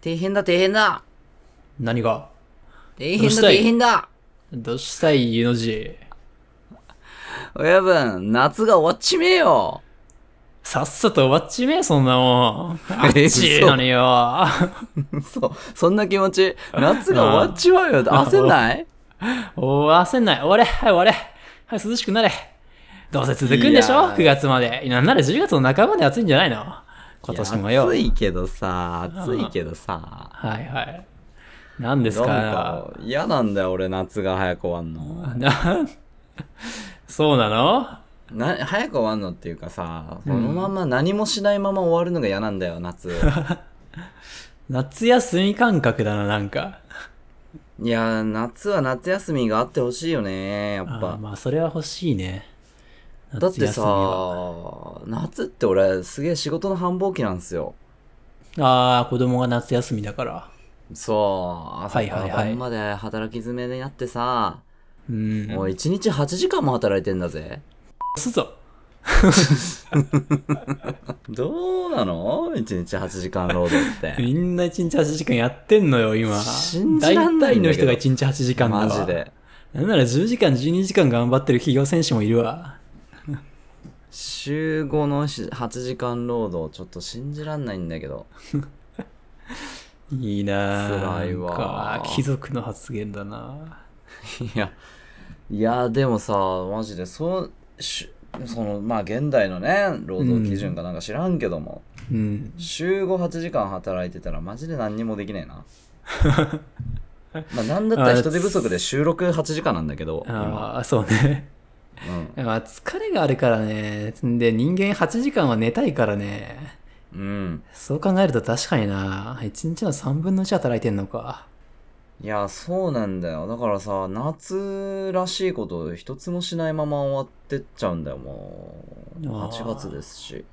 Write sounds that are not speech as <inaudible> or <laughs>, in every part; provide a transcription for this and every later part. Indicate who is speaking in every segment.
Speaker 1: 底辺だ、底辺だ
Speaker 2: 何が
Speaker 1: 底
Speaker 2: どう
Speaker 1: 辺
Speaker 2: し
Speaker 1: だ、
Speaker 2: た
Speaker 1: 底
Speaker 2: い
Speaker 1: 辺だ
Speaker 2: どうしたいゆのじ。
Speaker 1: 親分、夏が終わっちめえよ
Speaker 2: さっさと終わっちめえ、そんなもん。あっ
Speaker 1: え
Speaker 2: ち
Speaker 1: 嘘
Speaker 2: のによ。
Speaker 1: そう、そんな気持ち。夏が終わっちまうよ。焦んない
Speaker 2: おわせんない。終われ。はい、終われ。はい、涼しくなれ。どうせ続くんでし
Speaker 1: い
Speaker 2: ょ
Speaker 1: やー
Speaker 2: ?9 月まで。なんなら10月の半ばまで暑いんじゃないの今年もよ。
Speaker 1: 暑
Speaker 2: はい
Speaker 1: いけどさ、暑いけどさ。
Speaker 2: はい。何です
Speaker 1: なん
Speaker 2: か
Speaker 1: か嫌なんだよ、俺、夏が早く終わんの。
Speaker 2: なん <laughs> そうなの
Speaker 1: な早く終わんのっていうかさ、そのまま何もしないまま終わるのが嫌なんだよ、夏。
Speaker 2: 夏休み感覚だな、なんか。
Speaker 1: いやー、夏は夏休みがあってほしいよね、やっ
Speaker 2: あー
Speaker 1: ぱ。
Speaker 2: まあ、それは欲しいね。
Speaker 1: だって
Speaker 2: 夏休みは
Speaker 1: さ、夏って俺、すげえ仕事の繁忙期なんですよ。
Speaker 2: ああ、子供が夏休みだから。
Speaker 1: そう、朝か
Speaker 2: はい
Speaker 1: ら
Speaker 2: はいはい
Speaker 1: 晩まで働き詰めになってさ、
Speaker 2: うん。
Speaker 1: もう一日8時間も働いてんだぜ。
Speaker 2: すぞ。
Speaker 1: どうなの一日8時間労働っ <laughs> て。
Speaker 2: みんな1日8時間やってんのよ、今。
Speaker 1: 信じらんない
Speaker 2: 大体
Speaker 1: んだけど
Speaker 2: の人が1日8時間だわ。
Speaker 1: マジ。で。
Speaker 2: なんなら10時間、12時間頑張ってる企業選手もいるわ。
Speaker 1: 週5のし8時間労働、ちょっと信じらんないんだけ <laughs> ど。
Speaker 2: いいなぁ
Speaker 1: 辛いわ
Speaker 2: なんか貴族の発言だない
Speaker 1: や、いや、でもさ、マジで、そう、しその、まあ、現代のね、労働基準かなんか知らんけども、
Speaker 2: ぁうん。
Speaker 1: 週5、8時間働いてたら、マジで何にもできねえ
Speaker 2: <laughs>
Speaker 1: な。まあ、なんだったら人手不足で収録8時間なんだけど、今。
Speaker 2: ああ、そう <laughs> ね。
Speaker 1: うん
Speaker 2: まあ、疲れがあるからね。で、人間8時間は寝たいからね。
Speaker 1: うん。
Speaker 2: そう考えると確かにな1日の3分の1働いてんのか。
Speaker 1: いや、そうなんだよ。だからさ、夏らしいこと一つもしないまま終わってっちゃうんだよ、もう。
Speaker 2: あー
Speaker 1: 8月ですし。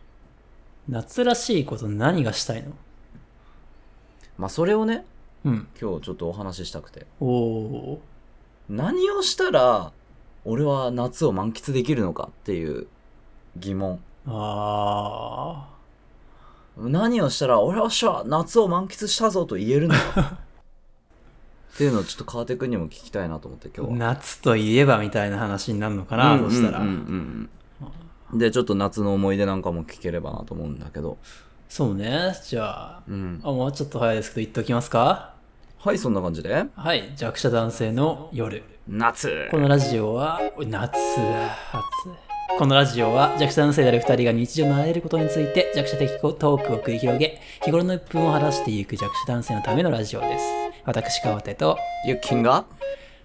Speaker 2: 夏らしいこと何がしたいの
Speaker 1: まあ、それをね、
Speaker 2: うん。
Speaker 1: 今日ちょっとお話ししたくて。
Speaker 2: おおー。
Speaker 1: 何をしたら、俺は夏を満喫できるのかっていう疑問。
Speaker 2: ああ。
Speaker 1: 何をしたら、俺はしゃ、夏を満喫したぞと言えるのか。 <laughs> っていうのをちょっと川手くんにも聞きたいなと思って今日は。
Speaker 2: 夏といえばみたいな話になるのかな、
Speaker 1: うん
Speaker 2: そしたら、
Speaker 1: うんうんうんで、ちょっと夏の思い出なんかも聞ければなと思うんだけど。
Speaker 2: そうねじゃあ
Speaker 1: うん。
Speaker 2: あもうちょっと早いですけど言っときますか
Speaker 1: はい、そんな感じで。
Speaker 2: はい弱者男性の夜
Speaker 1: 夏
Speaker 2: このラジオはおい夏暑いこのラジオは弱者男性である2人が日常のあらゆることについて弱者的トークを繰り広げ日頃の鬱憤を晴らしていく弱者男性のためのラジオです私川手と
Speaker 1: ゆっきんが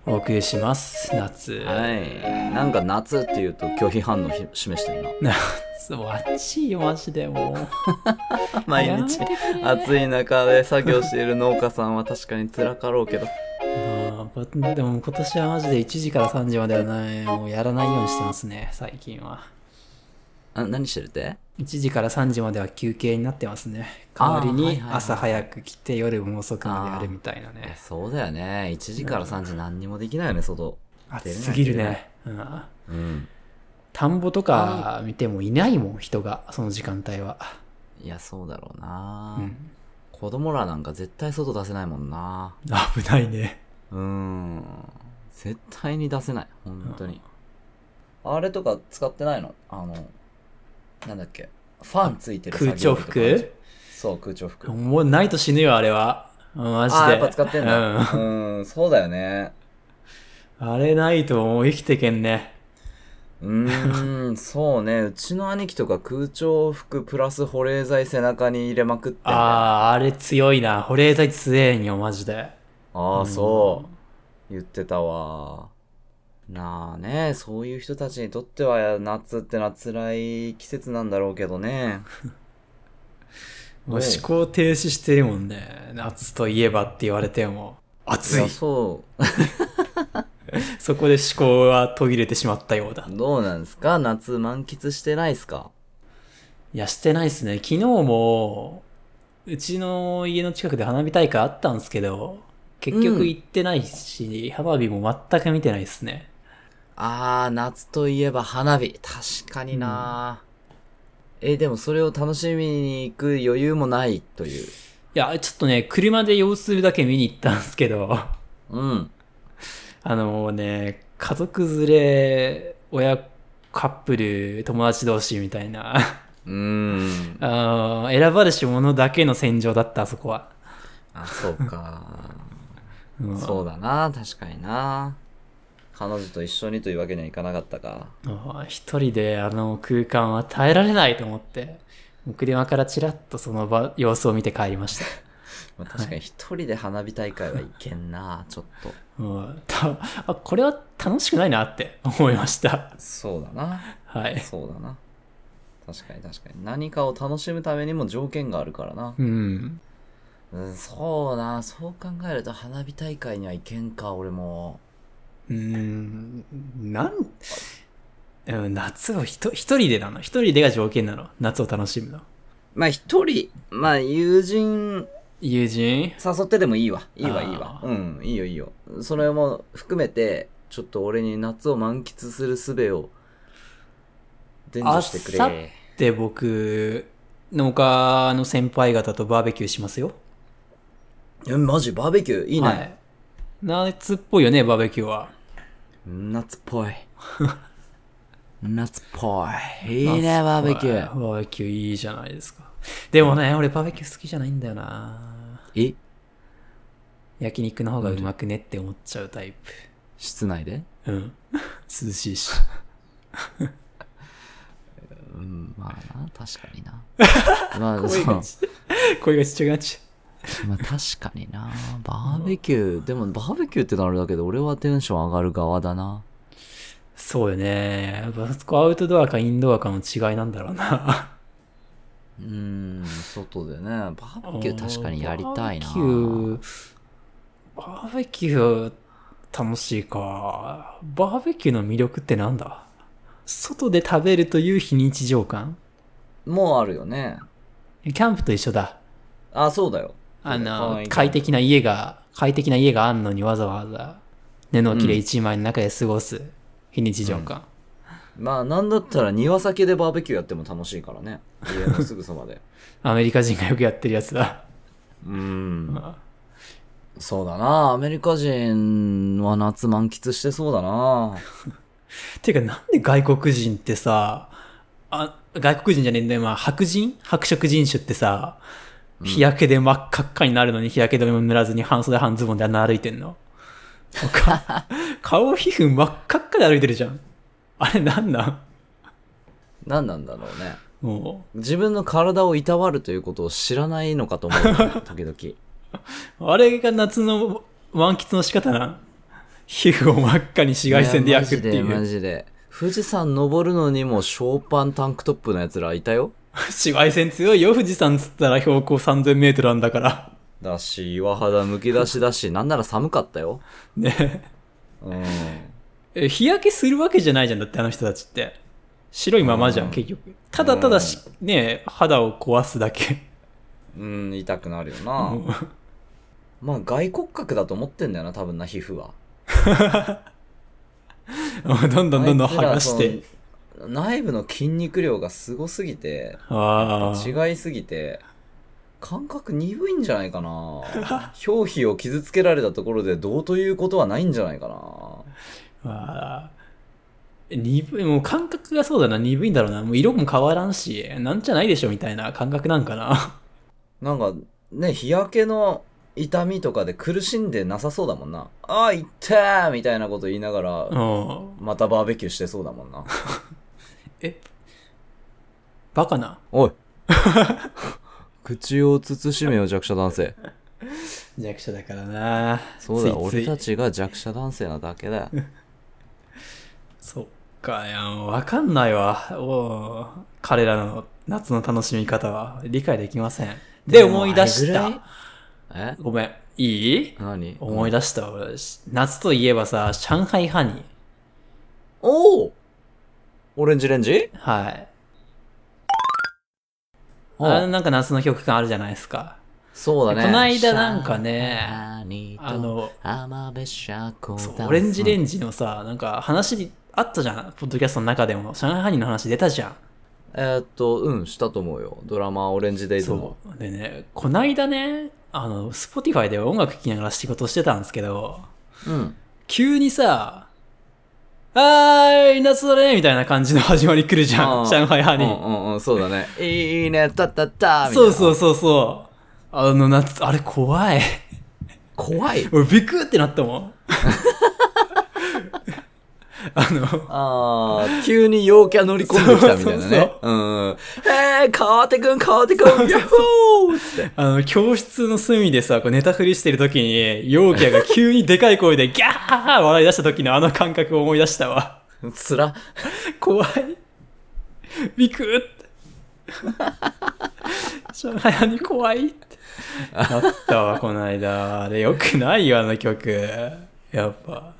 Speaker 2: お送りします夏
Speaker 1: はい。なんか夏っていうと拒否反応ひ示してるな。
Speaker 2: 夏暑いよマジでもう
Speaker 1: 毎
Speaker 2: やめ
Speaker 1: 日
Speaker 2: てくれ
Speaker 1: <laughs> 暑い中で作業している農家さんは確かに辛かろう <laughs> けど。
Speaker 2: あーこでも今年はマジで1時から3時まではないもうやらないようにしてますね最近は
Speaker 1: あ何してるって
Speaker 2: 1時から3時までは休憩になってますね代わり
Speaker 1: あーはい
Speaker 2: に
Speaker 1: はいはい
Speaker 2: 朝早く来て夜も遅くまでやるみたいな
Speaker 1: え
Speaker 2: ね
Speaker 1: そうだよね。1時から3時何にもできないよね、外。
Speaker 2: 暑すぎるね、うん、
Speaker 1: うん。
Speaker 2: 田んぼとか見てもいないもん人がその時間帯は、
Speaker 1: いや、そうだろうな、
Speaker 2: うん、
Speaker 1: 子供らなんか絶対外出せないもんな。
Speaker 2: 危ないね
Speaker 1: うーん。絶対に出せない。本当に。あれとか使ってないのあの、なんだっけ。ファンついてる
Speaker 2: 空
Speaker 1: 作業
Speaker 2: 調
Speaker 1: 着とか
Speaker 2: 服
Speaker 1: そう、空調服。
Speaker 2: もうないと死ぬよあれはうんマジで
Speaker 1: ああ、やっぱ使ってんだ。
Speaker 2: う
Speaker 1: うーん、そうだよね。
Speaker 2: ん、あれないともう生きてけんね
Speaker 1: うーん、そうね。うちの兄貴とか空調服プラス保冷剤背中に入れまくってんだよ。
Speaker 2: ああ、あれ強いな。保冷剤強えんよ、マジで。
Speaker 1: あ
Speaker 2: う
Speaker 1: あ、
Speaker 2: ん
Speaker 1: そう。言ってたわ。なあね、そういう人たちにとっては夏ってのは辛い季節なんだろうけどね。
Speaker 2: も
Speaker 1: お
Speaker 2: う
Speaker 1: う
Speaker 2: 思考停止してるもんね。夏といえばって言われても。暑い
Speaker 1: やそ
Speaker 2: そこで思考は途切れてしまったようだ。
Speaker 1: う。どうなんですか夏満喫してないですか
Speaker 2: いや、してないっすね。昨日も、うちの家の近くで花火大会あったんですけど、結
Speaker 1: う
Speaker 2: 局
Speaker 1: ん
Speaker 2: 行ってないし、花火も全く見てないっすね。
Speaker 1: ああ、夏といえば花火。確かにな、え、でもそれを楽しみに行く余裕もないという。
Speaker 2: や、ちょっとね、車で様子だけ見に行ったんですけど、
Speaker 1: うん。
Speaker 2: あのね、家族連れ、親カップル、友達同士みたいな、 <laughs>
Speaker 1: うーん。
Speaker 2: あー選ばれし者だけの戦場だった、あそこは。
Speaker 1: あ、そうか。
Speaker 2: う
Speaker 1: <laughs>
Speaker 2: ん
Speaker 1: そうだな、確かにな。彼女と一緒にというわけにはいかなかったか。
Speaker 2: あー一人であの空間は耐えられないと思って、もう車からちらっとその場、様子を見て帰りました。
Speaker 1: まあ確かに一人で花火大会はいけんな、ちょっと。
Speaker 2: うんたあこれは楽しくないなって思いました。
Speaker 1: そうだな。
Speaker 2: はい。
Speaker 1: <laughs> そうだな。確かに確かに。何かを楽しむためにも条件があるからな。
Speaker 2: うん。
Speaker 1: うん、そうな。そう考えると花火大会にはいけんか、俺も。
Speaker 2: うーん、なん、うん夏をひと一人でなの一人でが条件なの夏を楽しむの。
Speaker 1: まあ一人、まあ友人
Speaker 2: 友人
Speaker 1: 誘ってでもいいわ。いいわ、
Speaker 2: あー
Speaker 1: いいわ。うん、いいよ、いいよ。それも含めて、ちょっと俺に夏を満喫する術を伝授してく
Speaker 2: あさ
Speaker 1: れ。
Speaker 2: で僕、農家の先輩方とバーベキューしますよ。
Speaker 1: え、マジ、バーベキューいいね。
Speaker 2: はい。夏っぽいよね、バーベキューは。
Speaker 1: 夏っぽい。 <laughs> 夏っぽい。いい
Speaker 2: い
Speaker 1: ね、バーベキュー。
Speaker 2: バーベキューいいじゃないですか。でもね、俺バーベキュー好きじゃないんだよな。
Speaker 1: え
Speaker 2: 焼肉の方がうまくねって思っちゃうタイ
Speaker 1: 室内で
Speaker 2: プ。うん。涼しいし。
Speaker 1: うん、まあな、確かに <laughs> な。まあ、
Speaker 2: 声
Speaker 1: そ
Speaker 2: が
Speaker 1: う。
Speaker 2: <laughs> 声がちっちゃくなっちゃ
Speaker 1: まあ確かにな。バーベキュー、でもバーベキューってなるだけで俺はテンション上がる側だな。
Speaker 2: う。そうよね。やっぱそこアウトドアかインドアかの違いなんだろうな。
Speaker 1: うーん、外でね。バーベキュー確かにやりたいな。
Speaker 2: バーベキュー、バーベキュー楽しいか。バーベキューの魅力ってなんだ外で食べるという非日常感
Speaker 1: もうあるよね。
Speaker 2: キャンプと一緒だ。
Speaker 1: あ、そうだよ。
Speaker 2: あ
Speaker 1: 可
Speaker 2: の
Speaker 1: 愛い、
Speaker 2: 快適な家が、快適な家があんのにわざわざ、根の切れ一枚の中で過ごす非日常感。
Speaker 1: まあなんだったら庭先でバーベキューやっても楽しいからね。家のすぐそば <laughs> で。
Speaker 2: アメリカ人がよくやってるやつだ。
Speaker 1: うーん。そうだな。アメリカ人は夏満喫してそうだな。
Speaker 2: ていうかなんで外国人ってさあ外国人じゃねえんだよ、まあ、白人白色人種ってさ日焼けで真っ赤っかになるのに日焼け止めも塗らずに半袖半ズボンであんな歩いてんの
Speaker 1: <laughs>
Speaker 2: か顔皮膚真っ赤っかで歩いてるじゃんあれなんなん
Speaker 1: 何なんだろうね。
Speaker 2: も
Speaker 1: 自分の体をいたわるということを知らないのかと思うよね、時 <laughs> 々。
Speaker 2: うあれが夏の満喫の仕方なん皮膚を真っ赤に紫外線で焼くってい
Speaker 1: やマ
Speaker 2: う
Speaker 1: ジでマジで富士山登るのにもショーパンタンクトップのやつらいたよ
Speaker 2: 紫外線強いよ富士山つったら標高 3000m なんだから
Speaker 1: だし岩肌むき出しだしなんなら寒かったよ
Speaker 2: ね
Speaker 1: うん
Speaker 2: え日焼けするわけじゃないじゃんだってあの人たちって白いままじゃん、
Speaker 1: うん
Speaker 2: 結局ただただし、ね肌を壊すだけ、 <laughs>
Speaker 1: うん痛くなるよな、
Speaker 2: うん
Speaker 1: まあ外骨格だと思ってんだよな多分な皮膚は
Speaker 2: どんどんどんどん剥
Speaker 1: あい
Speaker 2: が
Speaker 1: つら
Speaker 2: し
Speaker 1: そ
Speaker 2: て
Speaker 1: の内部の筋肉量がすごすぎて
Speaker 2: ああ
Speaker 1: 違いすぎて感覚鈍いんじゃないか
Speaker 2: <laughs>
Speaker 1: な表皮を傷つけられたところでどうということはないんじゃないかな
Speaker 2: あー鈍いもう感覚がそうだな鈍いんだろうなもう色も変わらんしなんじゃないでしょみたいな感覚なんかな <laughs>
Speaker 1: なんかね、日焼けの痛みとかで苦しんでなさそうだもんな。ああ、痛ーみたいなこと言いながら、
Speaker 2: うん
Speaker 1: またバーベキューしてそうだもんな。
Speaker 2: えバカな
Speaker 1: おい <laughs> 口を慎めよ弱者男性。
Speaker 2: 弱者だからな
Speaker 1: そうだ、
Speaker 2: ついつい
Speaker 1: 俺たちが弱者男性なだけだ
Speaker 2: <laughs>
Speaker 1: よ。
Speaker 2: そっか、いや、もうわかんないわ。おう彼らの夏の楽しみ方は理解できません。で、
Speaker 1: も
Speaker 2: 思い出し
Speaker 1: あれぐ
Speaker 2: た。
Speaker 1: らいえ
Speaker 2: ごめん、いい
Speaker 1: 何
Speaker 2: 思い
Speaker 1: 出
Speaker 2: 出した。俺夏といえばさ、上海ハニー。
Speaker 1: おおオレンジレンジ
Speaker 2: はい。
Speaker 1: おう
Speaker 2: あれなんか夏の曲感あるじゃないですか。
Speaker 1: そうだね。
Speaker 2: この間なんかね
Speaker 1: シャーニーと
Speaker 2: あの、
Speaker 1: 浜辺シャコ
Speaker 2: そう
Speaker 1: ダンス
Speaker 2: オレンジレンジのさ、なんか話あったじゃん。ポッドキャストの中でも、上海ハニーの話出たじゃん。
Speaker 1: えーっと、うん、したと思うよ。ドラマオレンジデイズの
Speaker 2: そ。う。でね、こないだね、あの、Spotify で音楽聴きながら仕事してたんですけど、
Speaker 1: うん。
Speaker 2: 急にさ、はーい、夏だねみたいな感じの始まり来るじゃ。
Speaker 1: うんん
Speaker 2: 上海ハ
Speaker 1: う
Speaker 2: ニ
Speaker 1: ん
Speaker 2: ー。
Speaker 1: うんうん、そうだね。いいね、たったったみたいな。
Speaker 2: そうそうそうそう。あの、夏、あれ怖い。
Speaker 1: 怖い。
Speaker 2: 俺ビクってなったもん。 <laughs> あの、
Speaker 1: ああ、急に陽キャ乗り込んできたみたいな
Speaker 2: そうそう
Speaker 1: ね。うん。えー、川手くん、川手くん、 <laughs> ヤッホーっつって。
Speaker 2: あの、教室の隅でさ、こう寝たふりしてる時に、陽キャが急にでかい声でギャー笑い出した時のあの感覚を思い出したわ。
Speaker 1: つら。
Speaker 2: 怖い。ビクって。 <laughs> 上海派に怖い <laughs> って。なったわ、この間。あれ、よくないよ、あの曲。やっぱ。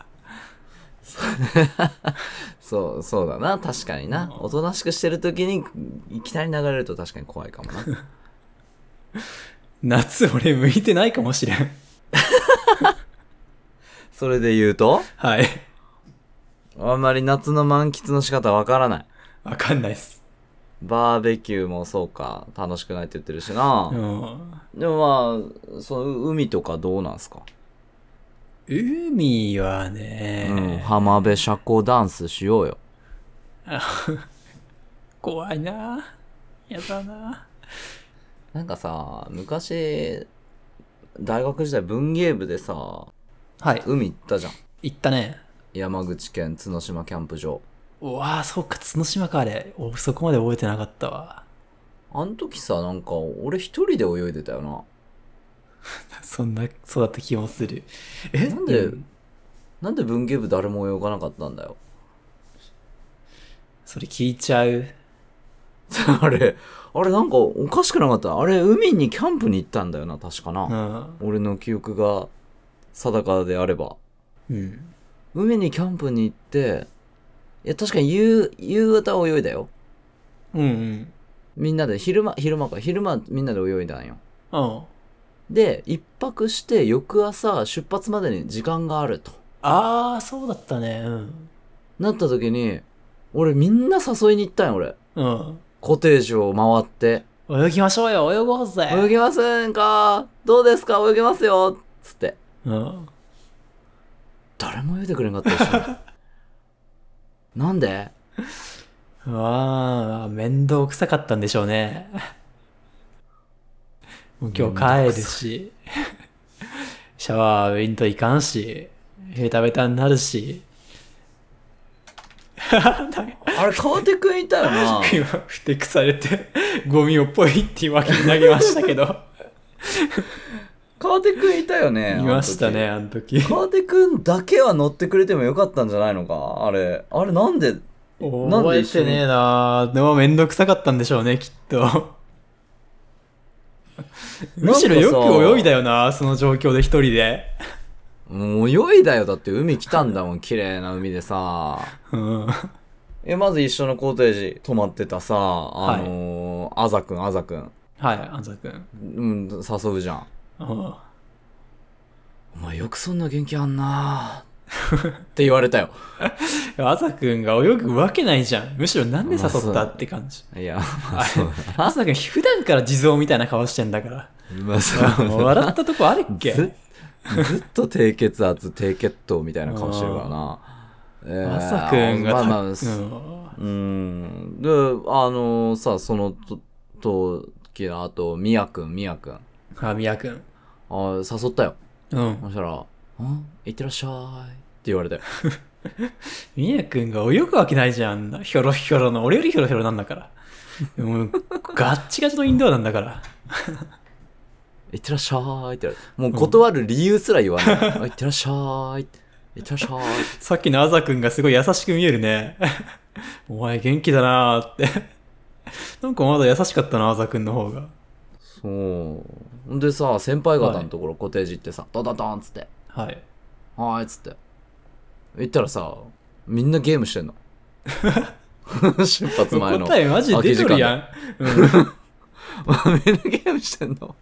Speaker 1: そう、そうだな。確かにな。おとなしくしてる時に、いきなり流れると確かに怖いか
Speaker 2: <laughs>
Speaker 1: もな。
Speaker 2: 夏、俺、向いてないかもしれん。
Speaker 1: それで言うと、
Speaker 2: はい。
Speaker 1: あんまり夏の満喫の仕方わからない。
Speaker 2: わかんないっす。
Speaker 1: バーベキューもそうか、楽しくないって言ってるしな
Speaker 2: う。ん。
Speaker 1: でもまあ、その海とかどうなんすか、
Speaker 2: 海は
Speaker 1: うん、
Speaker 2: ね、
Speaker 1: 浜辺社交ダンスしようよ。
Speaker 2: 怖いな。やだな。
Speaker 1: なんかさ、昔、大学時代文芸部でさ、
Speaker 2: はい。
Speaker 1: 海行ったじゃん。
Speaker 2: 行ったね。
Speaker 1: 山口県角島キャンプ場。
Speaker 2: うわあ、そっか、角島か、あれ。おそこまで覚えてなかったわ。 <laughs>
Speaker 1: あの時さ、なんか俺一人で泳いでたよな。
Speaker 2: そんな、そうだった気もする。え
Speaker 1: なんで
Speaker 2: う
Speaker 1: なんで文芸部誰も泳がなかったんだよ。 <laughs>
Speaker 2: それ聞いちゃう。
Speaker 1: あれ、あれなんかおかしくなかった。あれ海にキャンプに行ったんだよな、確かな。
Speaker 2: うん。
Speaker 1: 俺の記憶が定かであれば。
Speaker 2: うん。
Speaker 1: 海にキャンプに行って、いや、確かに夕、夕方泳いだよ。
Speaker 2: うんうん。
Speaker 1: みんなで、昼間、昼間か、昼間みんなで泳いだんよ。
Speaker 2: うん。
Speaker 1: で、一泊して翌朝出発までに時間があると。
Speaker 2: ああ、そうだったね。うん。
Speaker 1: なった時に、俺みんな誘いに行ったんよ、俺。
Speaker 2: うん。
Speaker 1: コテージを回って。
Speaker 2: 泳ぎましょうよ、泳ごうぜ。
Speaker 1: 泳げませんかどうですか泳げますよつって。
Speaker 2: うん。
Speaker 1: 誰も泳いでくれんかったでし
Speaker 2: <laughs>
Speaker 1: ょ。なんで
Speaker 2: ああ、面倒くさかったんでしょうね。もう今日帰るし、シャワー浴びんといかんし、ベタベタになるし。
Speaker 1: あれ、川手くんいたよ
Speaker 2: <laughs>
Speaker 1: な。
Speaker 2: 今、ふてくされて、ゴミをポイって脇に投げましたけど。
Speaker 1: 川手くんいたよね。
Speaker 2: いましたね、あの時。
Speaker 1: 川手くんだけは乗ってくれてもよかったんじゃないのかあれ。あれなんでなん
Speaker 2: 覚
Speaker 1: で
Speaker 2: え
Speaker 1: 一緒
Speaker 2: て
Speaker 1: に
Speaker 2: ねえなでもめんどくさかったんでしょうね、きっと。むしろよく泳いだよな、その状況で一人で。
Speaker 1: もう泳いだよ。だって海来たんだもん。綺麗な海でさ。
Speaker 2: うん。
Speaker 1: <laughs> え、まず一緒のコテージ泊まってたさ、あのーあざくん、あざくん。
Speaker 2: はい、安沢くん。
Speaker 1: うん、誘うじゃん。
Speaker 2: うん
Speaker 1: お前よくそんな元気あんなぁって言われたよ。
Speaker 2: 安沢くんが泳ぐわけないじゃん。むしろなんで誘ったって感じ。
Speaker 1: <laughs> いや、まあ
Speaker 2: あれ
Speaker 1: そう。
Speaker 2: 安沢くん普段から地蔵みたいな顔してんだ <laughs> から。
Speaker 1: まあそう。 <laughs>
Speaker 2: 笑ったとこあるっけ
Speaker 1: ずずっと低血圧、低血糖みたいな顔してるからな。えー
Speaker 2: 安沢くんが
Speaker 1: ま
Speaker 2: た、
Speaker 1: あまあ、
Speaker 2: うん
Speaker 1: うん。で、あのさ、そのと、時のあと、みやくん、みやくん。あ
Speaker 2: あ、宮くん。
Speaker 1: 誘ったよ。
Speaker 2: うん。
Speaker 1: そしたら、ん行ってらっしゃい。って言われたよ。
Speaker 2: みやくんが泳ぐわけないじゃんあんな。ひょろひょろの。俺よりひょろひょろなんだから。もう、ガッチガチのインドアなんだから。
Speaker 1: 行ってらっしゃいって言われた。もう断る理由すら言わない。あ行ってらっしゃいって。行ってらっしゃいって。
Speaker 2: さっきのあざくんがすごい優しく見えるね。お前元気だなーって。なんかまだ優しかったな、あざくんの方が。
Speaker 1: そう。んでさ、先輩方のところ、コテージ行ってさ、ドンドンドンっつって、
Speaker 2: はい。
Speaker 1: はーいっつって。行ったらさ、みんなゲームして
Speaker 2: <laughs>
Speaker 1: んの。 <laughs> 出発前の。
Speaker 2: 答えマジで出とるやん。
Speaker 1: 空き時間 <laughs> で。みんなゲームしてんの。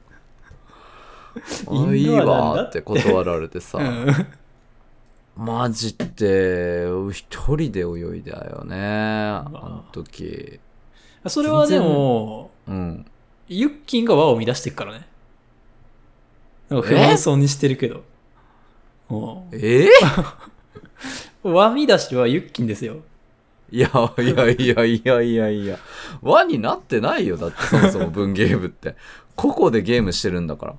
Speaker 1: あい
Speaker 2: イ
Speaker 1: い
Speaker 2: ンドアなん
Speaker 1: わ
Speaker 2: だ
Speaker 1: ーって断られてさ、
Speaker 2: うんうん <laughs>
Speaker 1: マジって、一人で泳いだよね、あの時。
Speaker 2: それはでも、
Speaker 1: うん。
Speaker 2: ユッキンが和を生み出してるからね。なんか不満そうにしてるけど。うん
Speaker 1: え <laughs>
Speaker 2: 和見出しはユッキンですよ。 <laughs>
Speaker 1: いやいやいやいやいやいや。輪になってないよ。だってそもそも文芸部って。 <laughs> 個々でゲームしてるんだから。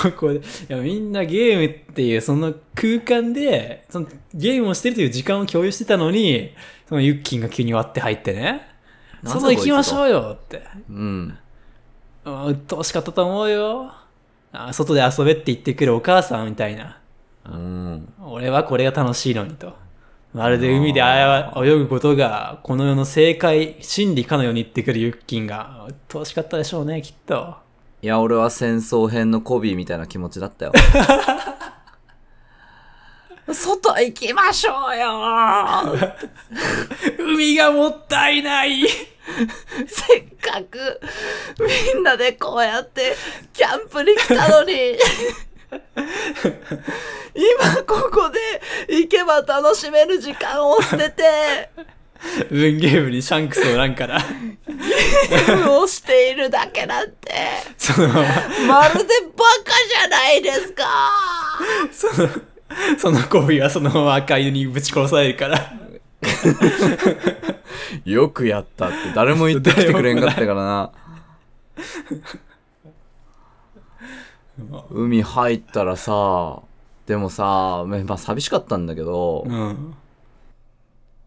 Speaker 2: ここで。いや、みんなゲームっていう、その空間で、そのゲームをしてるという時間を共有してたのに、そのユッキンが急に割って入ってね。
Speaker 1: なんだ
Speaker 2: 外行きましょ
Speaker 1: こ
Speaker 2: うよって。
Speaker 1: いつとうん。
Speaker 2: うん、鬱陶しかったと思うよ。あ外で遊べって言ってくるお母さんみたいな。
Speaker 1: うん。
Speaker 2: 俺はこれが楽しいのにと。まるで海であや泳ぐことが、この世の正解、真理かのように言ってくるユッキンが、鬱陶しかったでしょうね、きっと。
Speaker 1: いや、俺は戦争編のコビーみたいな気持ちだ
Speaker 2: <laughs>
Speaker 1: ったよ。外行きましょうよ
Speaker 2: 海がもったいない
Speaker 1: せっかくみんなでこうやってキャンプに来たのに今ここで行けば楽しめる時間を捨てて
Speaker 2: 文芸部にシャンクスおらんから、
Speaker 1: ゲームをしているだけなんて
Speaker 2: その、
Speaker 1: まるでバカじゃないですか
Speaker 2: その、その行為はそのまま赤犬にぶち殺されるから。
Speaker 1: よくやったって誰も言ってきてくれんかったからな海入ったらさでもさ、ままあ、寂しかったんだけど、
Speaker 2: うん。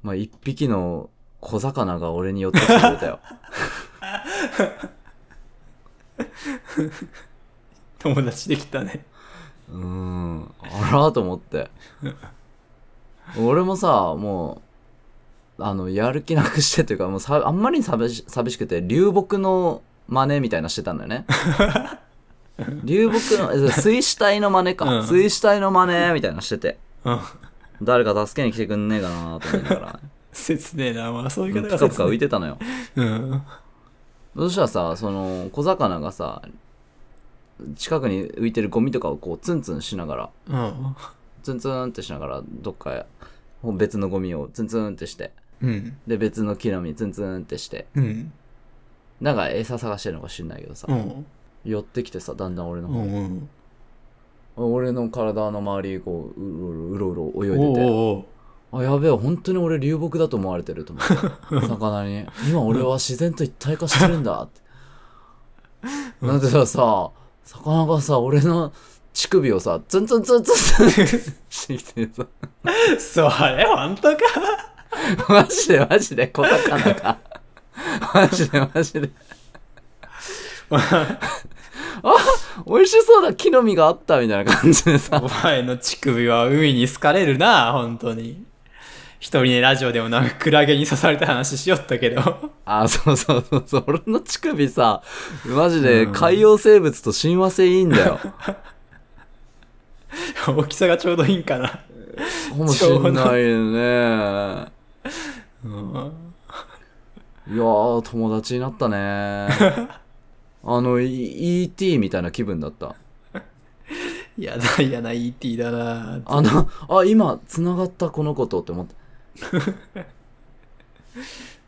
Speaker 1: まあ、一匹の小魚が俺に寄ってきてくれたよ。
Speaker 2: 友達できたね。
Speaker 1: うーん。あらと思って。俺もさ、もう、あの、やる気なくしてというか、もうさ、あんまりに寂し寂しくて、流木の真似みたいなしてたんだよ
Speaker 2: <laughs>
Speaker 1: ね。流木の、え水死体の真似か。
Speaker 2: うん
Speaker 1: 水死体の真似みたいなしてて。
Speaker 2: うん。
Speaker 1: 誰か助けに来てくんねえかなと思いなが
Speaker 2: <laughs>
Speaker 1: ら、
Speaker 2: 切ねえな。まあそういう
Speaker 1: ピカ
Speaker 2: 方が
Speaker 1: ピカ
Speaker 2: 切
Speaker 1: 浮
Speaker 2: ね
Speaker 1: いてたのよ。
Speaker 2: え。うん。
Speaker 1: そしたらさ、その、小魚がさ、近くに浮いてるゴミとかをこう、ツンツンしながら、
Speaker 2: うん。
Speaker 1: ツンツンってしながら、どっかへ、別のゴミをツンツンってして、
Speaker 2: うん。
Speaker 1: で、別の木の実ツンツンってして、
Speaker 2: うん。
Speaker 1: なんか餌探してるのか知んないけどさ、
Speaker 2: うん。
Speaker 1: 寄ってきてさ、だんだん俺の
Speaker 2: う
Speaker 1: 方、
Speaker 2: ん。
Speaker 1: 俺の体の周り、こう、うろうろ、うろうろ
Speaker 2: お
Speaker 1: 泳
Speaker 2: う
Speaker 1: いでて、
Speaker 2: おう
Speaker 1: あ、やべえ、本当に俺流木だと思われてると思って。魚に。今俺は自然と一体化してるんだって。だってさ、さ、魚がさ、俺の乳首をさ、ツンツンツンツンツンしてきてさ、
Speaker 2: おう。それ、本当か
Speaker 1: <laughs> マジでマジで小魚が。マジでマジで。あ、美味しそうな木の実があったみたいな感じでさ。
Speaker 2: <laughs> お前の乳首は海に好かれるな、本当に。一人でラジオでもなんかクラゲに刺された話しよったけど。 <laughs>
Speaker 1: あ、そうそうそうそう。俺の乳首さ、マジで海洋生物と親和性いいんだよ。
Speaker 2: 大きさがちょうどいいんかな。
Speaker 1: かもしんないよね。
Speaker 2: うん。
Speaker 1: いやー、友達になったねあの、E- ET みたいな気分だった。
Speaker 2: やだ、やな ET だな。
Speaker 1: あの、あ、今、繋がったこの子とって思って。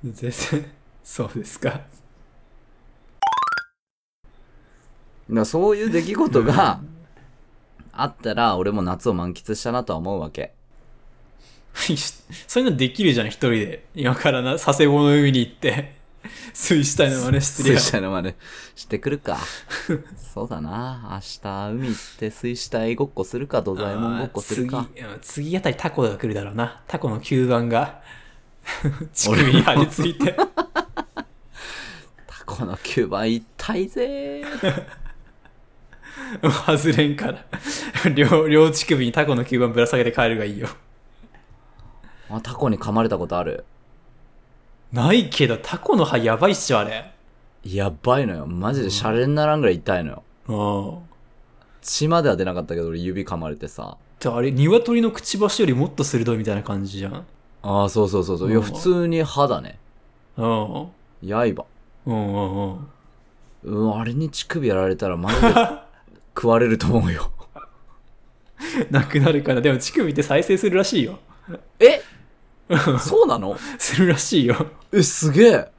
Speaker 2: 全然、そうですか。 <laughs>
Speaker 1: だからそういう出来事があったら、俺も夏を満喫したなとは思うわけ。
Speaker 2: そういうのできるじゃん、一人で。今からな、佐世保の海に行って、水死体の真似してる
Speaker 1: 水
Speaker 2: や
Speaker 1: 死体の真似してくるか。そうだな。明日、海行って水死体ごっこするか、土左衛門ごっこするか。
Speaker 2: 次うん次あたりタコが来るだろうな。タコの吸盤が、 <laughs> 乳首に張り付いて。
Speaker 1: タコの吸盤痛いぜー。
Speaker 2: 外れんから。 <laughs> 両、両乳首にタコの吸盤ぶら下げて帰るがいいよ。
Speaker 1: あタコに噛まれたことある。
Speaker 2: ないけど、タコの歯やばいっしょ、あれ。
Speaker 1: やばいのよ。マジでシャレにならんぐらい痛いのよ。
Speaker 2: うん。
Speaker 1: 血までは出なかったけど、俺指噛まれてさ。
Speaker 2: であれ、鶏のくちばしよりもっと鋭いみたいな感じじゃん。
Speaker 1: ああ、そうそうそうそう。いや、
Speaker 2: うん
Speaker 1: 普通に歯だね。
Speaker 2: うん。
Speaker 1: 刃。
Speaker 2: うんうんうん。
Speaker 1: うん、あれに乳首やられたらマジで食われると思うよ。
Speaker 2: なくなるかな。でも、乳首って再生するらしいよ。 <laughs>
Speaker 1: えそうなの
Speaker 2: するらしいよ。
Speaker 1: <laughs> え、すげえ。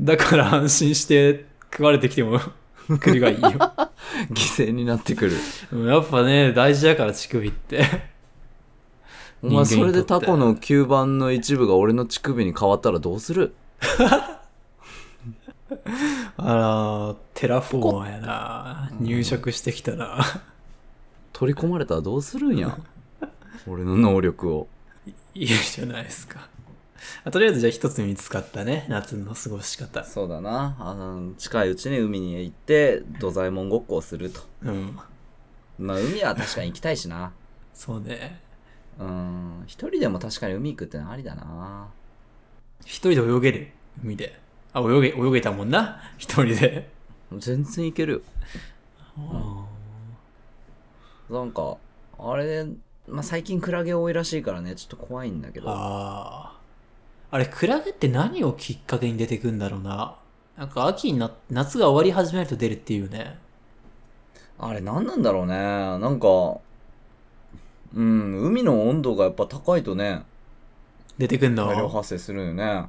Speaker 2: だから安心して食われてきても <laughs> 栗がいいよ。
Speaker 1: 犠牲になってくる。
Speaker 2: うんやっぱね、大事だから乳首って。
Speaker 1: お前
Speaker 2: 人
Speaker 1: そ
Speaker 2: 間
Speaker 1: れ
Speaker 2: にと
Speaker 1: で
Speaker 2: って
Speaker 1: タコの吸盤の一部が俺の乳首に変わったらどうする
Speaker 2: あら、テラフォーマーやな。入植してきたな。
Speaker 1: 取り込まれたらどうするん <laughs> や俺の能力を。
Speaker 2: いいじゃないですか。あとりあえずじゃあ一つに見つかったね。夏の過ごし方。
Speaker 1: そうだな。あの、近いうちに海に行って、土左衛門ごっこをすると。
Speaker 2: うん。
Speaker 1: まあ、海は確かに行きたいしな。 <laughs>
Speaker 2: そうね。
Speaker 1: うん、一人でも確かに海行くってのはありだな。
Speaker 2: 一人で泳げる。海で。あ、泳げ、泳げたもんな。一人で。
Speaker 1: 全然行けるよ。なんか、あれ、まあ、最近クラゲ多いらしいからね、ちょっと怖いんだけど。
Speaker 2: ああ。あれ、クラゲって何をきっかけに出てくんだろうな。なんか秋にな、夏が終わり始めると出るっていうね。
Speaker 1: あれ何なんだろうね。なんか、うん、海の温度がやっぱ高いとね、
Speaker 2: 出てくんの
Speaker 1: 大量発生するよね。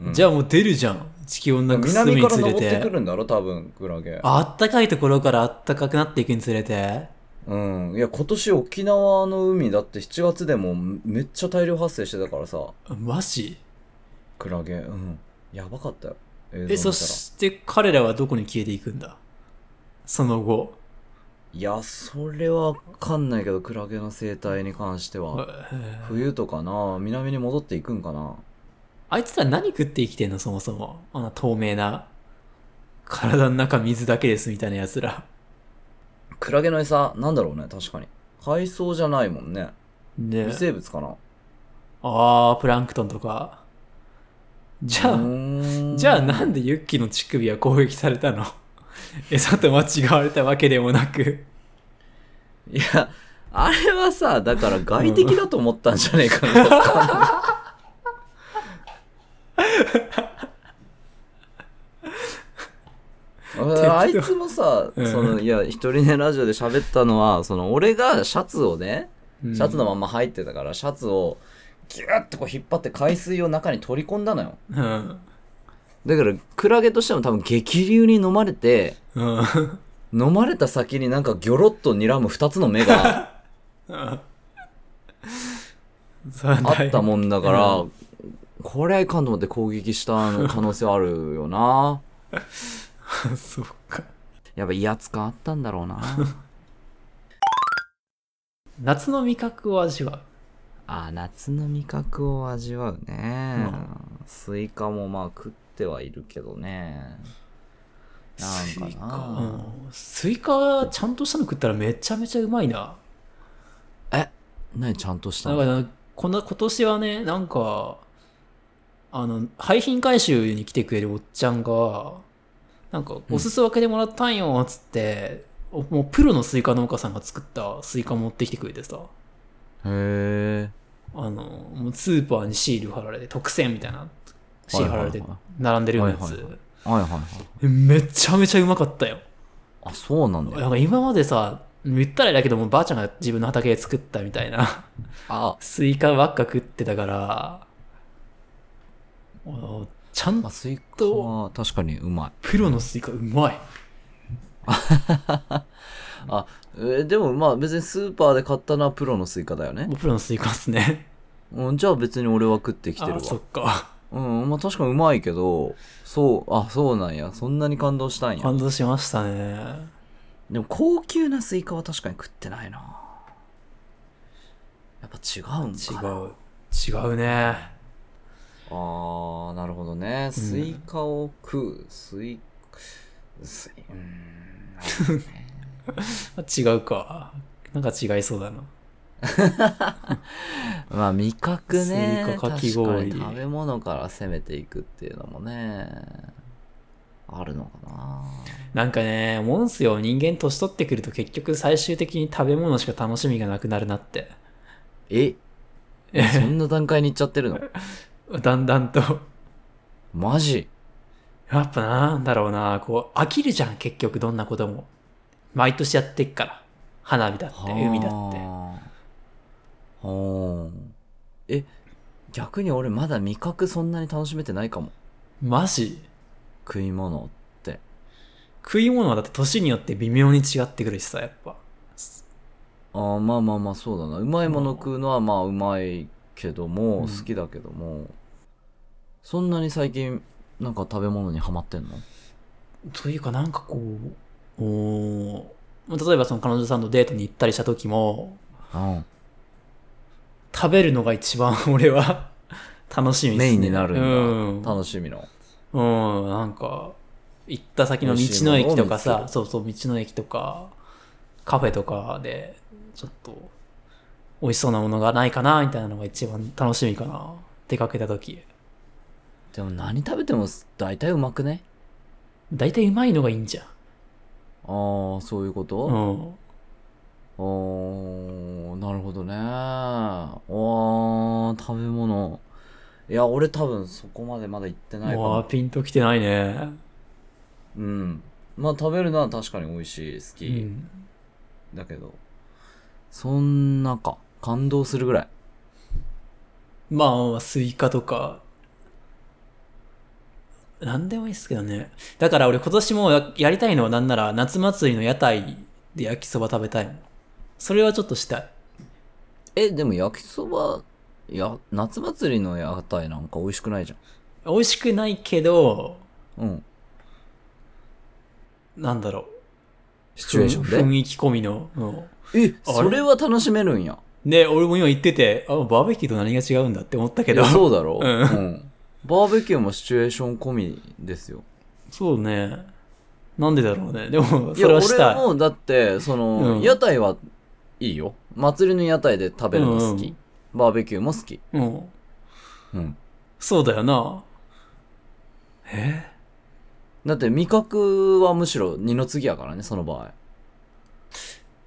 Speaker 1: うん
Speaker 2: じゃあもう出るじゃん。地球温暖化進む
Speaker 1: 南か
Speaker 2: に
Speaker 1: ら
Speaker 2: つれ。
Speaker 1: 登っててくるんだろ、多分、クラゲ。
Speaker 2: あったかいところからあったかくなっていくにつれて。
Speaker 1: うん。いや、今年沖縄の海だって7月でもめっちゃ大量発生してたからさ、
Speaker 2: マジ
Speaker 1: クラゲ。うん。やばかったよ。映像見た
Speaker 2: え、
Speaker 1: ら
Speaker 2: そして彼らはどこに消えていくんだその後。
Speaker 1: いや、それはわかんないけど、クラゲの生態に関しては。
Speaker 2: えー
Speaker 1: 冬とかな、南に戻っていくんかな。
Speaker 2: あいつら何食って生きてんのそもそも。あの透明な。体の中水だけですみたいな奴ら。
Speaker 1: クラゲの餌、なんだろうね、確かに。海藻じゃないもんね。
Speaker 2: ね
Speaker 1: 微生物かな。
Speaker 2: あー、プランクトンとか。じゃあ、じ
Speaker 1: じ
Speaker 2: ゃあなんでユッキの乳首は攻撃されたの <laughs> 餌と間違われたわけでもなく。
Speaker 1: いや、あれはさ、だから外敵だと思ったんじゃねえか
Speaker 2: <laughs>
Speaker 1: な。ああいつもさ、
Speaker 2: うん
Speaker 1: そのいや一人でラジオで喋ったのはその俺がシャツをね
Speaker 2: シ
Speaker 1: シャツのまんま入ってたからシャツをギュッとこう引っ張って海水を中に取り込んだのよ
Speaker 2: うん。
Speaker 1: だからクラゲとしても多分激流に飲まれて
Speaker 2: うん。 <laughs>
Speaker 1: 飲まれた先になんかギョロッと睨む2つの目が
Speaker 2: そうなん
Speaker 1: あ
Speaker 2: だ
Speaker 1: っ
Speaker 2: よ
Speaker 1: たもんだから、これはいかんと思って攻撃したの可能性あるよな。
Speaker 2: <laughs> そうか。
Speaker 1: やっぱ威圧感あったんだ
Speaker 2: <laughs>
Speaker 1: ろうな。
Speaker 2: 夏の味覚を味わう。
Speaker 1: あー、夏の味覚を味わうね
Speaker 2: う。
Speaker 1: スイカもまあ食ってはいるけどね。なんかな。
Speaker 2: うんスイカちゃんとしたの食ったらめちゃめちゃうまいな。
Speaker 1: え、何ちゃんとした
Speaker 2: だ
Speaker 1: の
Speaker 2: からこんな今年はね、なんか、あの、廃品回収に来てくれるおっちゃんが、なんか、おすす分けでもらったんよ、つって、おもうプロのスイカ農家さんが作ったスイカ持ってきてくれてさ、
Speaker 1: へ
Speaker 2: あの、もうスーパーにシール貼られて、特選みたいな、シール貼られて
Speaker 1: はいはいは、
Speaker 2: 並んでるようなや
Speaker 1: はいはい
Speaker 2: つ。
Speaker 1: え。はいはいはい。
Speaker 2: めちゃめちゃうまかったよ。
Speaker 1: あ、そうなんだ
Speaker 2: なんか今までさ、言ったらだけども、ばあちゃんが自分の畑で作ったみたいな、 <laughs>
Speaker 1: あ、
Speaker 2: スイカばっか食ってたから、あのちゃん
Speaker 1: まあ、
Speaker 2: と
Speaker 1: スイカは確かにうまい。
Speaker 2: プロのスイカうまい。
Speaker 1: あ、えーでもまあ別にスーパーで買ったのはプロのスイカだよね
Speaker 2: も。うプロのスイカっすね。
Speaker 1: うん、じゃあ別に俺は食ってきてるわ
Speaker 2: あ、。そっか。
Speaker 1: うん、まあ確かにうまいけど、そう、あ、そうなんや。そんなに感動したんや。
Speaker 2: 感動しましたね。
Speaker 1: でも高級なスイカは確かに食ってないな。やっぱ違うん
Speaker 2: 違
Speaker 1: かな。
Speaker 2: う。違うね。
Speaker 1: あー、なるほどね。スイカを食う。スイ、スイ、うーん。なるほどね
Speaker 2: 違うか。なんか違いそうだな。
Speaker 1: まあ味覚ね。
Speaker 2: スイカかき
Speaker 1: 確
Speaker 2: 氷
Speaker 1: かに食べ物から攻めていくっていうのもね、あるのかな。
Speaker 2: なんかね、思うんすよ。人間年取ってくると結局最終的に食べ物しか楽しみがなくなるなって。
Speaker 1: <laughs> えそんな段階に行っちゃって <laughs> るの
Speaker 2: だんだんと。
Speaker 1: マジ
Speaker 2: やっぱなんだろうな、こう、飽きるじゃん、結局どんなことも。毎年やってっから。花火だって、海だって。
Speaker 1: はあはあえ逆に俺まだ味覚そんなに楽しめてないかも
Speaker 2: マジ
Speaker 1: 食い物って。
Speaker 2: 食い物はだって年によって微妙に違ってくるしさ、やっぱ。
Speaker 1: ああ、まあまあまあ、そうだな。うまいもの食うのはまあうまいけども、
Speaker 2: うん
Speaker 1: 好きだけども、そんなに最近、なんか食べ物にハマってんの
Speaker 2: というかなんかこう、おー例えばその彼女さんとデートに行ったりした時も、食べるのが一番俺は <laughs> 楽しみ
Speaker 1: う
Speaker 2: で
Speaker 1: ん。
Speaker 2: す、
Speaker 1: メインになる
Speaker 2: うんん
Speaker 1: だ。楽しみの。
Speaker 2: うん、なんか、行った先の道の駅とか
Speaker 1: 美
Speaker 2: さ、
Speaker 1: 味
Speaker 2: そうそう、道の駅とか、カフェとかで、ちょっと、美味しそうなものがないかな、みたいなのが一番楽しみかな。出かけた時。
Speaker 1: でも何食べても大体うまくね
Speaker 2: 大体うまいのがいいんじゃん。
Speaker 1: ああ、そういうこと、
Speaker 2: うん。
Speaker 1: おー、なるほどね。おー、食べ物。いや、俺多分そこまでまだ行ってないか
Speaker 2: うわ
Speaker 1: も。
Speaker 2: ピンときてないね。
Speaker 1: うん。まあ食べるのは確かに美味しい、好
Speaker 2: う
Speaker 1: き。
Speaker 2: ん。
Speaker 1: だけど、そんなか、感動するぐらい。
Speaker 2: まあまあ、スイカとか、なんでもいいっすけどね。だから俺今年もややりたいのはなんなら夏祭りの屋台で焼きそば食べたいもん。それはちょっとしたい。
Speaker 1: え、でも焼きそば、いや、夏祭りの屋台なんか美味しくないじ
Speaker 2: 美味しくないけど、
Speaker 1: ゃん。うん。
Speaker 2: なんだろ
Speaker 1: シ
Speaker 2: う。
Speaker 1: チュエーション
Speaker 2: 雰囲気込みの。うん
Speaker 1: で。え、
Speaker 2: あれ
Speaker 1: それは楽しめるんや。
Speaker 2: で、俺も今言ってて、あ、バーベキューと何が違うんだって思ったけ
Speaker 1: い
Speaker 2: ど。。
Speaker 1: や、そううだろ
Speaker 2: うん
Speaker 1: うん。バーベキューもシチュエーション込みですよ。
Speaker 2: そうね。なんでだろうね。でも、
Speaker 1: い
Speaker 2: そ
Speaker 1: や、
Speaker 2: れはしたい。
Speaker 1: 俺もだって、その、
Speaker 2: うん
Speaker 1: 屋台はいいよ。祭りの屋台で食べるの好き。
Speaker 2: うん
Speaker 1: バーベキューも好き。
Speaker 2: うん。
Speaker 1: うん。
Speaker 2: そうだよな。え
Speaker 1: だって味覚はむしろ二の次やからね、その場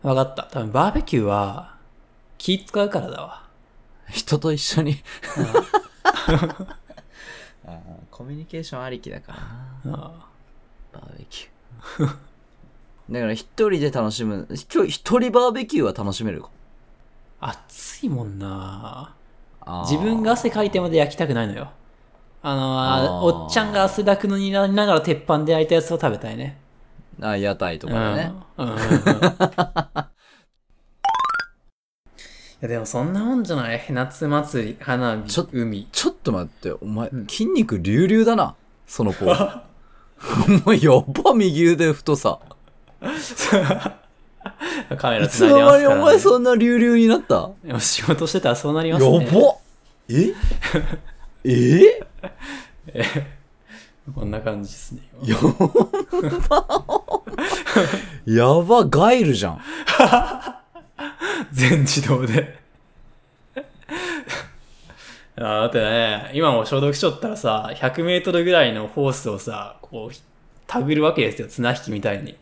Speaker 1: 合。
Speaker 2: わかった。多分バーベキューは気使うからだわ。
Speaker 1: 人と一緒 <laughs> にあーコミュニケーションありきだからな
Speaker 2: うんうん
Speaker 1: バーベキューだから一人で楽しむ一人一人バーベキューは楽しめるか
Speaker 2: 暑いもんな。
Speaker 1: あー
Speaker 2: 自分が汗かいてまで焼きたくないのよ。あの
Speaker 1: あ
Speaker 2: ー
Speaker 1: ー
Speaker 2: おっちゃんが汗だくのになりながら鉄板で焼いたやつを食べたいね。
Speaker 1: あー屋台とかでね、
Speaker 2: うん。うんうんうんいやでもそんなもんじゃない夏祭り、花火、
Speaker 1: ちょ
Speaker 2: 海。
Speaker 1: ちょっと待ってお前、
Speaker 2: うん
Speaker 1: 筋肉隆々だなその <laughs> 子お前やっぱ右腕太さ
Speaker 2: カメラ
Speaker 1: いつ
Speaker 2: 繋いで
Speaker 1: の
Speaker 2: ま
Speaker 1: 間に
Speaker 2: す
Speaker 1: お
Speaker 2: から、ね
Speaker 1: 前。そんな隆々になった
Speaker 2: でも仕事してたらそうなり
Speaker 1: や
Speaker 2: ますね。
Speaker 1: ばっえ <laughs> え
Speaker 2: こんな感じですね。
Speaker 1: やばやばガイルじゃん
Speaker 2: 全自動で。あーだってね、今も消毒しとったらさ、100メートルぐらいのホースをさ、こう、ひたぐるわけですよ。綱引きみたいに。
Speaker 1: うん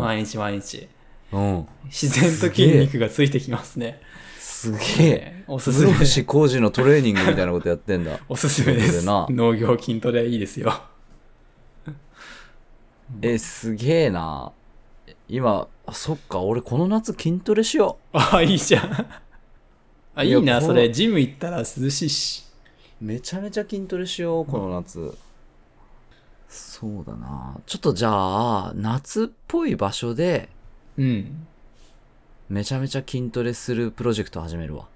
Speaker 2: 毎日毎日。
Speaker 1: うん。
Speaker 2: 自然と筋肉がついてきますね。
Speaker 1: すげえ。
Speaker 2: おすす
Speaker 1: 室
Speaker 2: め。。
Speaker 1: 伏工事のトレーニングみたいなことやってんだ
Speaker 2: おすすめです。
Speaker 1: というこ
Speaker 2: 農業筋トレいいですよ。 <laughs>
Speaker 1: とでなえ、すげえな。今、あそっか、俺この夏筋トレしよ
Speaker 2: あ、いいじゃん。あ、い
Speaker 1: いや
Speaker 2: いな、
Speaker 1: こう
Speaker 2: それ。ジム行ったら涼しいし。
Speaker 1: う。めちゃめちゃ筋トレしよう、この夏。そうだな。ちょっとじゃあ、夏っぽい場所で、
Speaker 2: うん。
Speaker 1: めちゃめちゃ筋トレするプロジェクト始めるわ。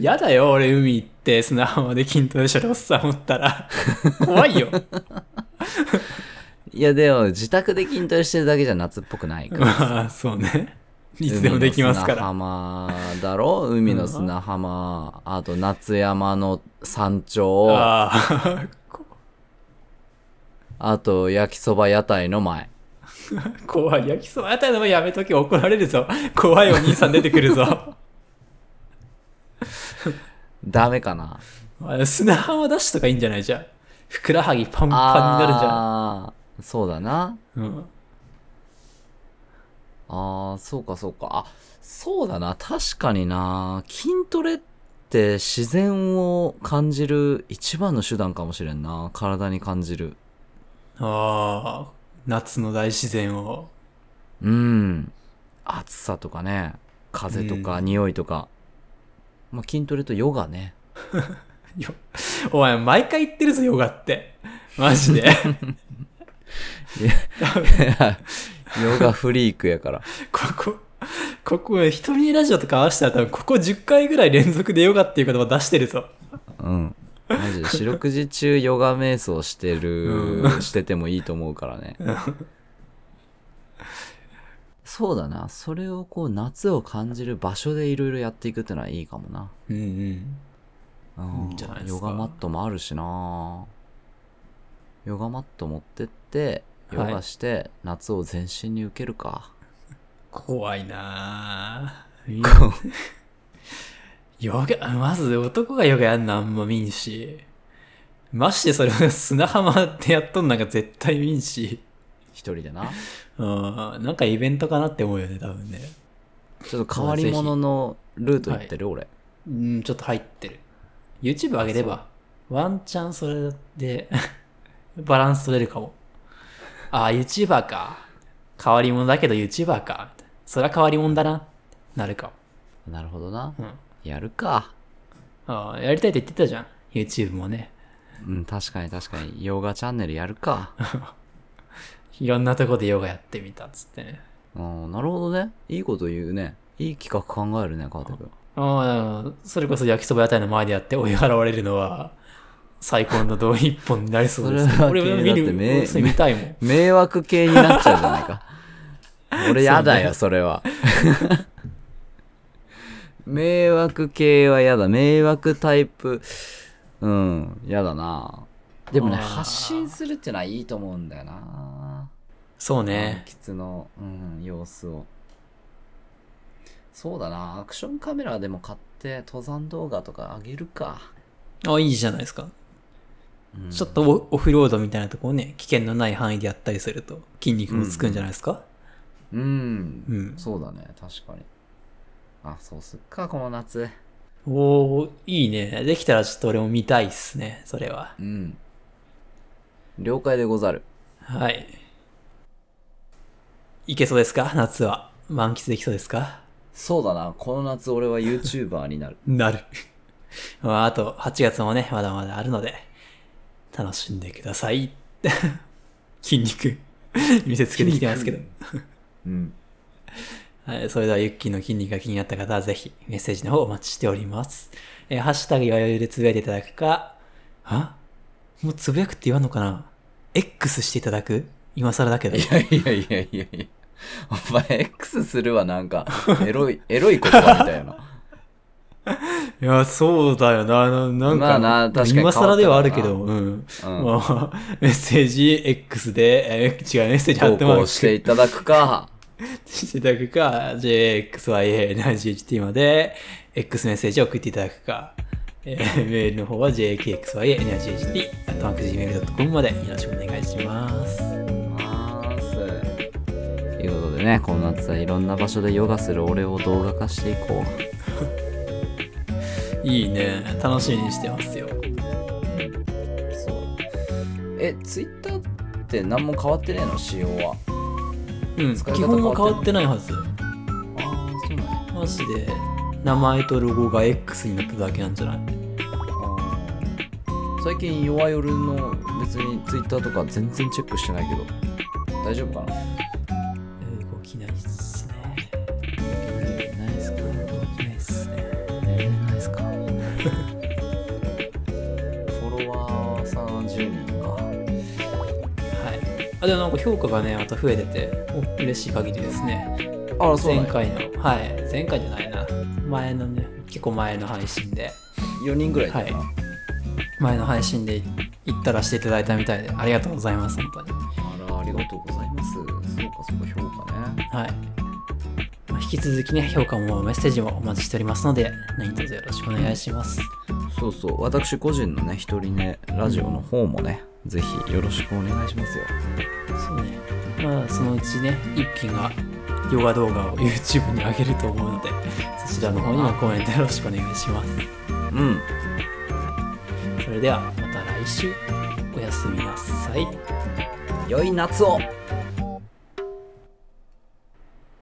Speaker 2: やだよ、俺海行って砂浜で筋トレしろっさ思ったら。怖いよ。
Speaker 1: いや、でも、自宅で筋トレしてるだけじゃ夏っぽくないから。
Speaker 2: まあ、そうね。いつでもできますか
Speaker 1: 海の
Speaker 2: ら。
Speaker 1: 砂浜だろ海の砂 <laughs> 浜、あと夏山の山頂、あ
Speaker 2: ああ、こ
Speaker 1: と焼きそば屋台の前。
Speaker 2: <laughs> 怖い。焼きそば屋台の前やめとけ怒られるぞ。怖いお兄さん出てくるぞ。
Speaker 1: ダメか <laughs> な
Speaker 2: あ砂浜ダッシュとかいいんじゃないじゃん。ふくらはぎパンパンになるんじゃん。
Speaker 1: あーそうだな。
Speaker 2: うん、
Speaker 1: ああ、そうかそうか。あ、そうだな。確かにな。筋トレって自然を感じる一番の手段かもしれんな。体に感じる。
Speaker 2: ああ、夏の大自然を。
Speaker 1: うん。暑さとかね、風とか匂いとか。まあ、筋トレとヨガね。 <laughs>
Speaker 2: よお前、毎回言ってるぞ、ヨガって。マジ <laughs> で
Speaker 1: ヨガフリークやから。
Speaker 2: ここ、ここ、一人ラジオとか合わせたら多分ここ10回ぐらい連続でヨガっていう言葉出してるぞ。
Speaker 1: うん。マジで、四六時中ヨガ瞑想してる、
Speaker 2: う
Speaker 1: しててもいいと思うからね。そうだな。それをこう、夏を感じる場所でいろいろやっていくってのはいいかもな。
Speaker 2: うんうん。
Speaker 1: う
Speaker 2: いいんじゃないです
Speaker 1: ヨ
Speaker 2: か
Speaker 1: ガマットもあるしなヨガマット持ってって、ヨ
Speaker 2: は
Speaker 1: ガ
Speaker 2: い
Speaker 1: して、夏を全身に受けるか。
Speaker 2: 怖いなぁ。ヨガ、まず男がヨガやんのあんま見んし。ましてそれを砂浜でやっとんなんか絶対見んし。
Speaker 1: 一人で
Speaker 2: <laughs>
Speaker 1: な。
Speaker 2: うん、なんかイベントかなって思うよね、多分ね。
Speaker 1: ちょっと変わり者のルート行ってる、俺。
Speaker 2: うん、ちょっと入ってる。YouTube 上げれば、ワンチャンそれで、 <laughs> バランス取れるかも。ああ、YouTuber か。変わり者だけど YouTuber か。そりゃ変わり者だな。なるか
Speaker 1: なるほどな。
Speaker 2: も。うん。
Speaker 1: やるか。
Speaker 2: ああ、やりたいって言ってたじゃん。YouTube もね。
Speaker 1: うん、確かに確かに。ヨガチャンネルやるか。
Speaker 2: いろんなとこでヨガやってみたっつってね。
Speaker 1: うん、なるほどね。いいこと言うね。いい企画考えるね、カーテ君。
Speaker 2: ああ、それこそ焼きそば屋台の前でやって追い払われるのは、最高の動画一本になりそうです。
Speaker 1: それは
Speaker 2: 俺も見
Speaker 1: だって
Speaker 2: る、
Speaker 1: ね
Speaker 2: それ見たいもん。
Speaker 1: 迷惑系になっちゃうじゃない
Speaker 2: <laughs>
Speaker 1: か。俺やだよ、それは。 <laughs> 迷惑系はやだ。迷惑タイプ。うん、やだな。でもね、
Speaker 2: あー
Speaker 1: 発信するってのはいいと思うんだよな。
Speaker 2: そうね。
Speaker 1: 満喫の、うん、様子を。そうだな。アクションカメラでも買って、登山動画とかあげるか。
Speaker 2: あいいじゃないですか。
Speaker 1: うん
Speaker 2: ちょっとオオフロードみたいなとこをね、危険のない範囲でやったりすると、筋肉もつくんじゃないですか、
Speaker 1: うん
Speaker 2: うん、
Speaker 1: そうだね、確かに。あ、そうすっか、この夏。
Speaker 2: おおいいね。できたらちょっと俺も見たいっすね、それは。
Speaker 1: うん。了解でござる。
Speaker 2: はい。いけそうですか夏は。満喫できそうですか
Speaker 1: そうだな、この夏俺は YouTuber にな
Speaker 2: <laughs>
Speaker 1: る。
Speaker 2: なる。まあ、あと、8月もね、まだまだあるので、楽しんでください。 <laughs> 筋肉、見せつけてきてますけど。
Speaker 1: うん。
Speaker 2: はい、それではユッキーの筋肉が気になった方はぜひメッセージの方お待ちしております。えーハッシュタグいわゆるでつぶやいていただくか、あもうつぶやくって言わんのかな ?X していただく今更だけど。
Speaker 1: いやいやいやいやいや。お前、X するはなんか、エロい、エロい言葉みた
Speaker 2: <laughs>
Speaker 1: いな。
Speaker 2: いや、そうだよな。ななんか、
Speaker 1: まあな確かに
Speaker 2: 今更ではあるけど、うん。
Speaker 1: うん
Speaker 2: まあ、メッセージ X で、えー違う、メッセージ貼
Speaker 1: 投
Speaker 2: ってもら
Speaker 1: 稿していただくか。
Speaker 2: していただくか、jxya.ht まで X メッセージを送っていただくか、えーメールの方は jkxya.ht.gmail.com までよろしくお願いします。
Speaker 1: ます。ということでね、この夏はいろんな場所でヨガする俺を動画化していこう。
Speaker 2: いいね。楽しみにしてますよ。
Speaker 1: そうえツイッターって何も変わってねえの仕様は
Speaker 2: うん、
Speaker 1: 使い方
Speaker 2: 基本は変わってないはず。
Speaker 1: ああそうなんや
Speaker 2: マジで、名前とロゴが X になっただけなんじゃない
Speaker 1: 最近弱夜の別にツイッターとか全然チェックしてないけど大丈夫かな
Speaker 2: 動きないっすね。
Speaker 1: ないですか
Speaker 2: 動きないっすね。
Speaker 1: 寝れないですかフォロワーさん10人か
Speaker 2: はい。あ、でもなんか評価がね、また増えてて、お嬉しい限りですね。
Speaker 1: あらそうな
Speaker 2: 前
Speaker 1: んや
Speaker 2: 回の、はい、前回じゃないな。前のね、結構前の配信で、
Speaker 1: 4人ぐらいだよな、
Speaker 2: は前の配信で行ったらしていただいたみたいで、ありがとうございます、本当に。
Speaker 1: あらありがとうございますそうかそうか評価ね
Speaker 2: はい。まあ引き続きね、評価もメッセージもお待ちしておりますので、何卒よろしくお願いします。
Speaker 1: そうそう私個人のね一人ねラジオの方もねぜひよろしくお願いしますよ
Speaker 2: そうね。まあ、そのうちね、一品がヨガ動画を YouTube に上げると思うので、そちらの方にもコメントよろしくお願いします。
Speaker 1: うん
Speaker 2: それでは、また来週、おやすみなさい。
Speaker 1: 良い夏を